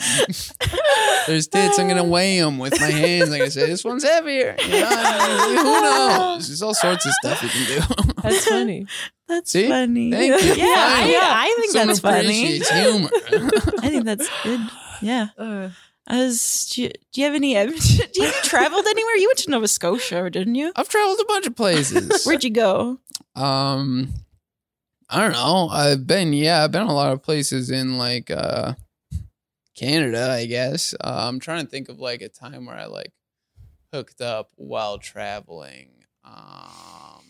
S1: There's tits. I'm gonna weigh them with my hands. Like I said, this one's heavier. You know, who knows? There's all sorts of stuff you can do.
S2: that's funny
S3: That's
S1: See?
S3: funny.
S1: Thank you.
S3: Yeah, I,
S1: Finally.
S3: yeah, I think
S1: Someone
S3: that's funny.
S1: appreciates humor.
S3: I think that's good. Yeah.
S2: uh,
S3: I was, do, you, do you have any, do you have traveled anywhere? You went to Nova Scotia, didn't you?
S1: I've traveled a bunch of places.
S3: Where'd you go?
S1: Um, I don't know. I've been yeah, I've been a lot of places in like uh Canada, I guess. Uh, I'm trying to think of like a time where I like hooked up while traveling. Um,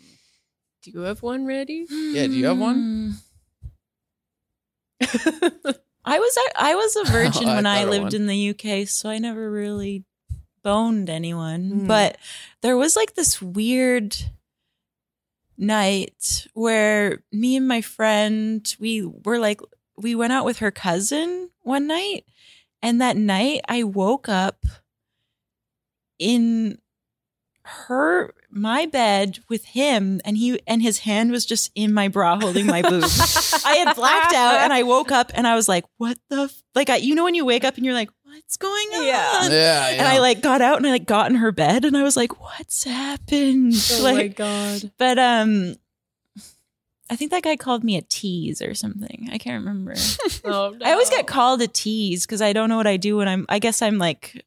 S2: do you have one ready
S1: Yeah, do you have
S3: Hmm.
S1: one?
S3: I was a- I was a virgin
S1: I
S3: when I,
S1: thought of
S3: lived
S1: one.
S3: in the UK, so I never really boned anyone.
S2: Mm.
S1: Hmm.
S3: But there was like this weird night where me and my friend we were like we went out with her cousin one night, and that night I woke up in her my bed with him and he and his hand was just in my bra holding my boob
S2: Oh
S3: i had blacked out and i woke up and i was like what the f-? like I, you know when you wake up and you're like what what's going on?
S2: Yeah.
S1: Yeah, yeah.
S3: And I like got out and I like got in her bed and I was like, what's happened?
S2: Oh
S3: like,
S2: my god.
S3: but um, I think that guy called me a tease or something. I can't remember.
S2: Oh,
S3: I always
S2: no.
S3: get called a tease because I don't know what I do when I'm. I guess I'm like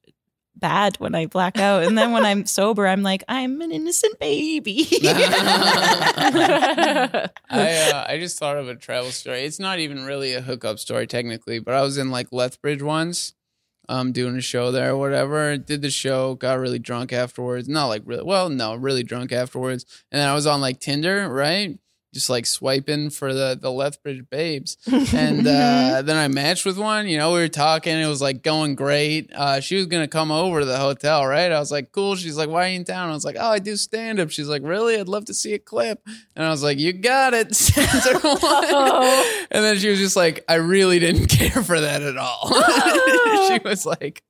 S3: bad when I black out, and then when I'm sober, I'm like I'm an innocent baby.
S1: I, uh, I just thought of a travel story. It's not even really a hookup story technically, but I was in like Lethbridge once, um, doing a show there or whatever. Did the show, got really drunk afterwards. Not like really, well, no, really drunk afterwards. And then I was on like Tinder, right? Just like swiping for the the Lethbridge babes, and uh, then I matched with one. You know, we were talking. It was like going great. Uh, she was gonna come over to the hotel, right? I was like, cool. She's like, why are you in town? I was like, oh, I do stand up. She's like, really? I'd love to see a clip. And I was like, you got it, center one.
S2: Oh.
S1: And then she was just like, I really didn't care for that at all. she was like.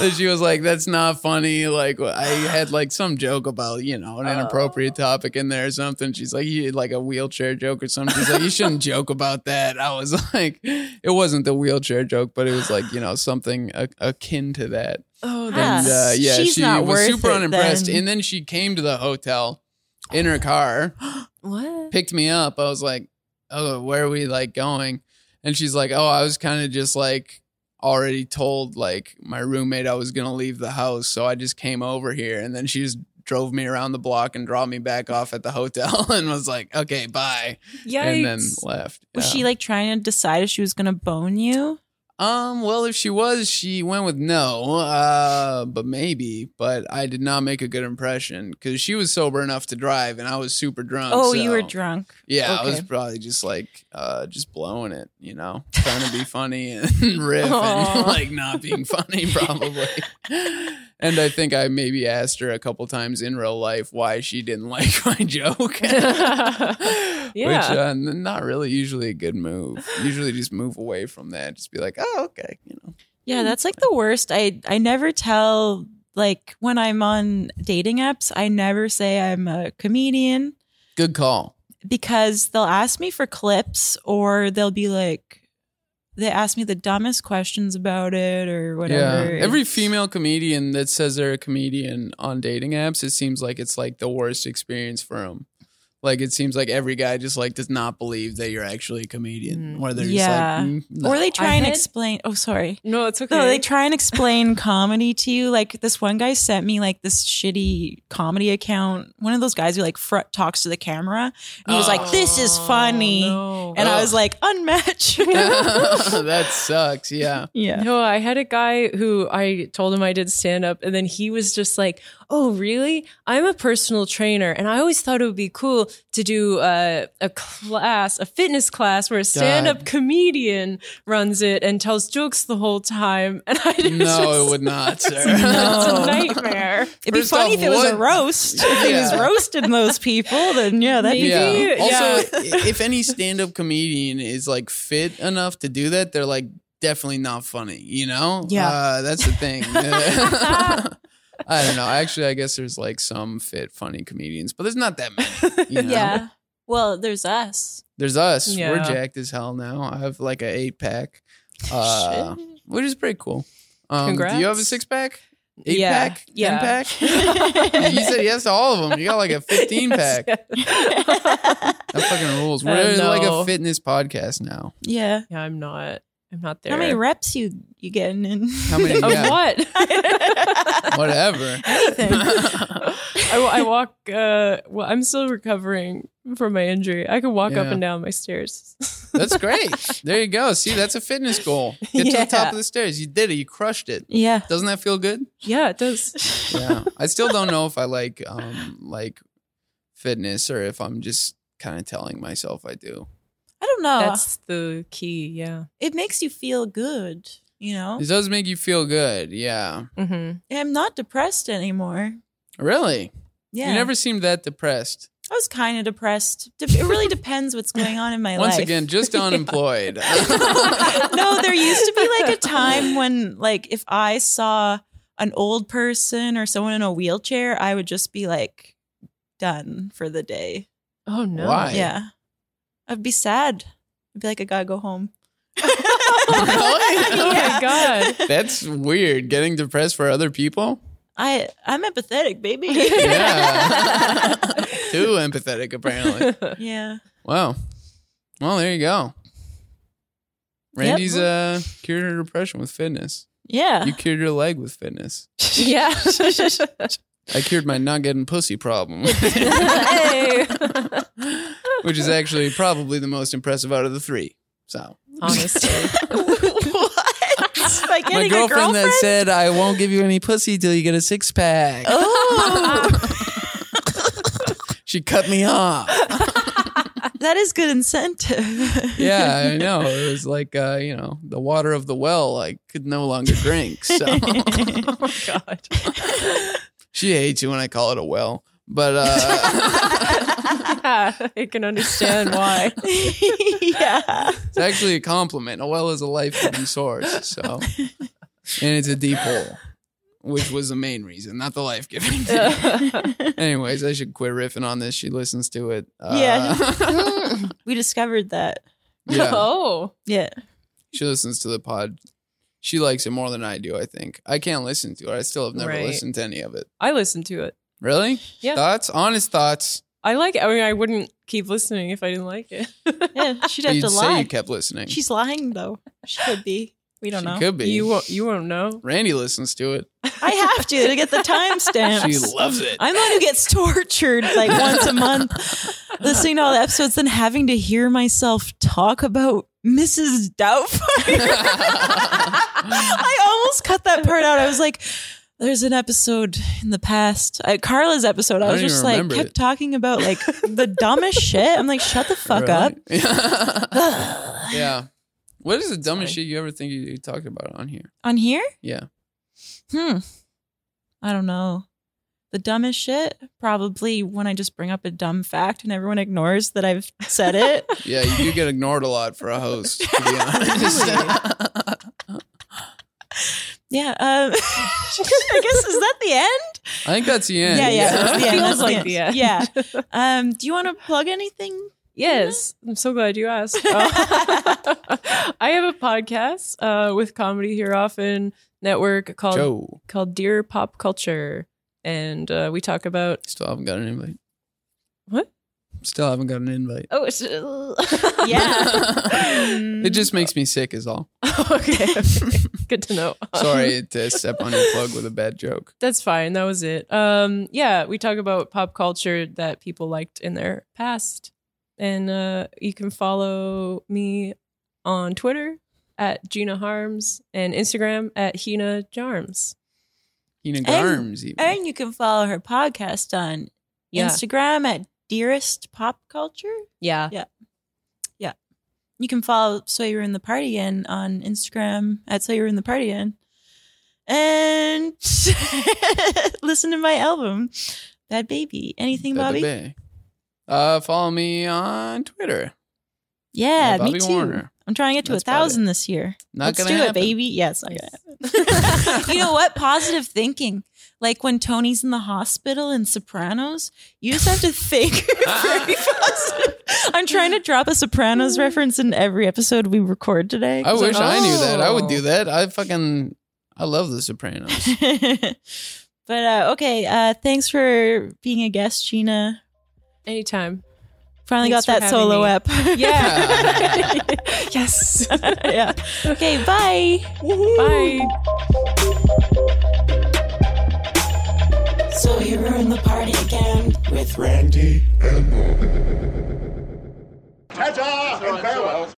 S1: and she was like, "That's not funny." Like I had like some joke about you know an
S3: Oh.
S1: inappropriate topic in there or something. She's like, "You like a wheelchair joke or something." She's like, "You shouldn't joke about that." I was like, "It wasn't the wheelchair joke, but it was like you know something a- akin to that."
S2: Oh,
S1: And uh,
S3: Yes.
S1: yeah,
S3: She's
S1: she
S3: not
S1: was
S3: worth
S1: super
S3: it
S1: unimpressed.
S3: then.
S1: And then she came to the hotel in her car,
S2: what?
S1: picked me up. I was like, "Oh, where are we like going?" And she's like, "Oh, I was kind of just like already told like my roommate I was gonna leave the house, so I just came over here." And then she just drove me around the block and dropped me back off at the hotel and was like, "Okay, bye,"
S2: Yikes.
S1: and then left.
S3: Was
S1: Yeah.
S3: she like trying to decide if she was going to bone you?
S1: Um, well, if she was, she went with no, uh, but maybe, but I did not make a good impression because she was sober enough to drive and I was super drunk.
S3: oh, you were
S1: so-
S3: drunk.
S1: Yeah, I was
S3: Okay.
S1: probably just like, uh, just blowing it, you know, trying to be funny and riff
S2: Aw.
S1: and like not being funny, probably. and I think I maybe asked her a couple times in real life why she didn't like my joke.
S2: Yeah.
S1: Which uh, n- not really usually a good move. Usually just move away from that. Just be like, oh, okay, you know.
S3: Yeah,
S2: Mm.
S3: that's like the worst. I I never tell like when I'm on dating apps, I never say I'm a comedian
S1: Good call.
S3: because they'll ask me for clips or they'll be like they ask me the dumbest questions about it or whatever.
S1: Yeah. Every female comedian that says they're a comedian on dating apps, it seems like it's like the worst experience for them. Like it seems like every guy just like does not believe that you're actually a comedian,
S2: Mm.
S1: or they're
S3: Yeah.
S1: just like, mm, no.
S3: or they
S2: I
S3: try and
S2: had-
S3: explain. Oh, sorry.
S2: No, it's okay.
S3: No, they try and explain comedy to you. Like this one guy sent me like this shitty comedy account. One of those guys who like fr- talks to the camera. And he was like, "This is funny,"
S2: Oh, No.
S3: and I was like, "Unmatched."
S1: that sucks. Yeah.
S3: yeah.
S2: No, I had a guy who I told him I did stand up, and then he was just like, "Oh, really? I'm a personal trainer, and I always thought it would be cool to do uh, a class, a fitness class, where a stand-up
S1: God.
S2: comedian runs it and tells jokes the whole time." And I just
S1: No, it would not, sir.
S2: It's
S3: No.
S2: a nightmare.
S3: It'd be
S1: First
S3: funny
S1: off,
S3: if it was a
S1: what-
S3: roast. If he was
S1: Yeah.
S3: roasting those people, then yeah, that'd be
S2: Maybe.
S1: Yeah.
S2: Yeah.
S1: Also, i- if any stand-up comedian is like fit enough to do that, they're like definitely not funny. You know?
S3: Yeah.
S1: Uh, that's the thing. I don't know. Actually, I guess there's like some fit, funny comedians, but there's not that many. You know?
S3: yeah. Well, there's us.
S1: There's us. We're
S2: Yeah.
S1: jacked as hell now. I have like an eight pack, uh, which is pretty cool. Um, do you have a
S2: Congrats.
S1: six pack? Eight
S2: Yeah.
S1: pack?
S2: Yeah.
S1: Ten pack? you said yes to all of them. You got like a 15 pack. That fucking rules.
S2: I
S1: We're like a
S2: know.
S1: fitness podcast now.
S3: yeah.
S2: yeah, I'm not. I'm not there.
S3: How many reps you you getting in?
S1: How many?
S2: Of
S1: yeah,
S2: what?
S1: Whatever.
S2: I, wa- I walk. Uh, well, I'm still recovering from my injury. I could walk up
S1: Yeah.
S2: and down my stairs.
S1: That's great. There you go. See, that's a fitness goal. Get to
S2: Yeah.
S1: the top of the stairs. You did it. You crushed it.
S3: Yeah.
S1: Doesn't that feel good?
S2: yeah, it does.
S1: Yeah. I still don't know if I like um like fitness or if I'm just kind of telling myself I do.
S3: I don't know.
S2: That's the key. Yeah.
S3: it makes you feel good, you know?
S1: It does make you feel good. Yeah.
S2: Mm-hmm.
S3: I'm not depressed anymore.
S1: Really?
S3: Yeah.
S1: You never seemed that depressed.
S3: I was kind of depressed. De- it really depends what's going on in my
S1: Once
S3: life.
S1: again, just unemployed.
S3: no, there used to be like a time when like if I saw an old person or someone in a wheelchair, I would just be like done for the day.
S2: Oh no.
S1: Why?
S3: Yeah. I'd be sad. I'd be like, I gotta go home.
S1: Really?
S2: Oh my
S3: Yeah.
S2: god.
S1: That's weird. Getting depressed for other people?
S3: I I'm empathetic, baby.
S1: Yeah. Too empathetic, apparently.
S3: yeah.
S1: Wow. Well, there you go. Randy's uh, cured her depression with fitness.
S3: Yeah.
S1: You cured your leg with fitness.
S2: yeah.
S1: I cured my not getting pussy problem,
S2: hey.
S1: which is actually probably the most impressive out of the three. So,
S2: Honestly.
S3: what? By getting
S1: my
S3: a girlfriend?
S1: girlfriend that said, I won't give you any pussy till you get a six pack.
S3: oh,
S1: She cut me off.
S3: that is good incentive.
S1: yeah, I know. It was like uh, you know, the water of the well I could no longer drink. So
S2: Oh my god.
S1: she hates you when I call it a well. But uh
S2: Yeah, I can understand why.
S3: yeah.
S1: it's actually a compliment. A well is a life giving source. So and it's a deep hole. Which was the main reason, not the life giving. Anyways, I should quit riffing on this. She listens to it. Uh,
S3: we discovered that.
S1: yeah.
S2: Oh.
S3: Yeah.
S1: She listens to the pod. She likes it more than I do, I think. I can't listen to it. I still have never
S2: Right.
S1: listened to any of it.
S2: I listened to it.
S1: Really?
S2: Yeah.
S1: Thoughts? Honest thoughts.
S2: I like it. I mean, I wouldn't keep listening if I didn't like it.
S3: Yeah. She'd have
S1: You'd
S3: to
S1: say
S3: lie.
S1: you kept listening.
S3: She's lying though. She could be. We don't
S1: She
S3: know.
S1: Could be.
S2: You won't you won't know.
S1: Randy listens to it.
S3: I have to to get the
S1: She
S3: timestamps.
S1: loves it.
S3: I'm the one who gets tortured like once a month listening to all the episodes and having to hear myself talk about Mrs. Doubtfire. I almost cut that part out. I was like, there's an episode in the past, uh, Carla's episode. I,
S1: I
S3: was
S1: don't
S3: just
S1: even
S3: like,
S1: remember
S3: kept
S1: it.
S3: talking about like the dumbest shit. I'm like, shut the fuck up.
S1: up. yeah. What is the dumbest
S2: Sorry.
S1: shit you ever think you, you talked about on here?
S3: On here?
S1: Yeah.
S3: Hmm. I don't know. The dumbest shit, probably when I just bring up a dumb fact and everyone ignores that I've said it.
S1: Yeah, you do get ignored a lot for a host, to be honest.
S3: yeah. Um, I guess is that the end?
S1: I think that's the end.
S3: Yeah, yeah. that's the end,
S2: Feels
S3: that's the
S2: like
S3: end.
S2: the end.
S3: Yeah. Um, do you want to plug anything?
S2: Yes, I'm so glad you asked. Oh. I have a podcast uh, with Comedy Here Often Network called
S1: Joe.
S2: called Dear Pop Culture, and uh, we talk about
S1: Still haven't got an invite.
S2: What?
S1: Still haven't got an invite.
S2: oh it's
S3: Mm.
S1: it just makes me sick, is all.
S2: okay, okay. good to know.
S1: Sorry to step on your plug with a bad joke.
S2: That's fine. That was it. Um, yeah, we talk about pop culture that people liked in their past. And uh, you can follow me on Twitter at Gina Harms and Instagram at Hina Jarms.
S1: Hina Garms, even.
S3: And you can follow her podcast on
S2: Yeah.
S3: Instagram at Dearest Pop Culture.
S2: yeah.
S3: You can follow So You Were in the Party In on Instagram at So You Were in the Party In. And listen to my album, Bad Baby. Anything,
S1: Bada
S3: Bobby?
S1: bing. Uh, follow me on Twitter.
S3: Yeah,
S1: Yeah,
S3: me
S1: Bobby
S3: too.
S1: Warner.
S3: I'm trying to get to
S1: That's
S3: a
S1: about
S3: thousand this year.
S1: Not
S3: Let's
S1: gonna
S3: do it,
S1: happen.
S3: baby. Yes, I got it. you know what? Positive thinking. Like when Tony's in the hospital in Sopranos, you just have to think very positive. I'm trying to drop a Sopranos reference in every episode we record today.
S1: I wish I knew that. I would
S2: Oh.
S1: do that. I fucking I love The Sopranos.
S3: but uh, okay, uh, thanks for being a guest, Gina.
S2: Anytime.
S3: Finally
S2: Thanks for
S3: got that
S2: having
S3: solo
S2: me.
S3: up.
S2: Yeah. yes.
S3: yeah. Okay, bye.
S2: Bye.
S4: So you ruined the party again with Randy and Bobby. ta and farewell.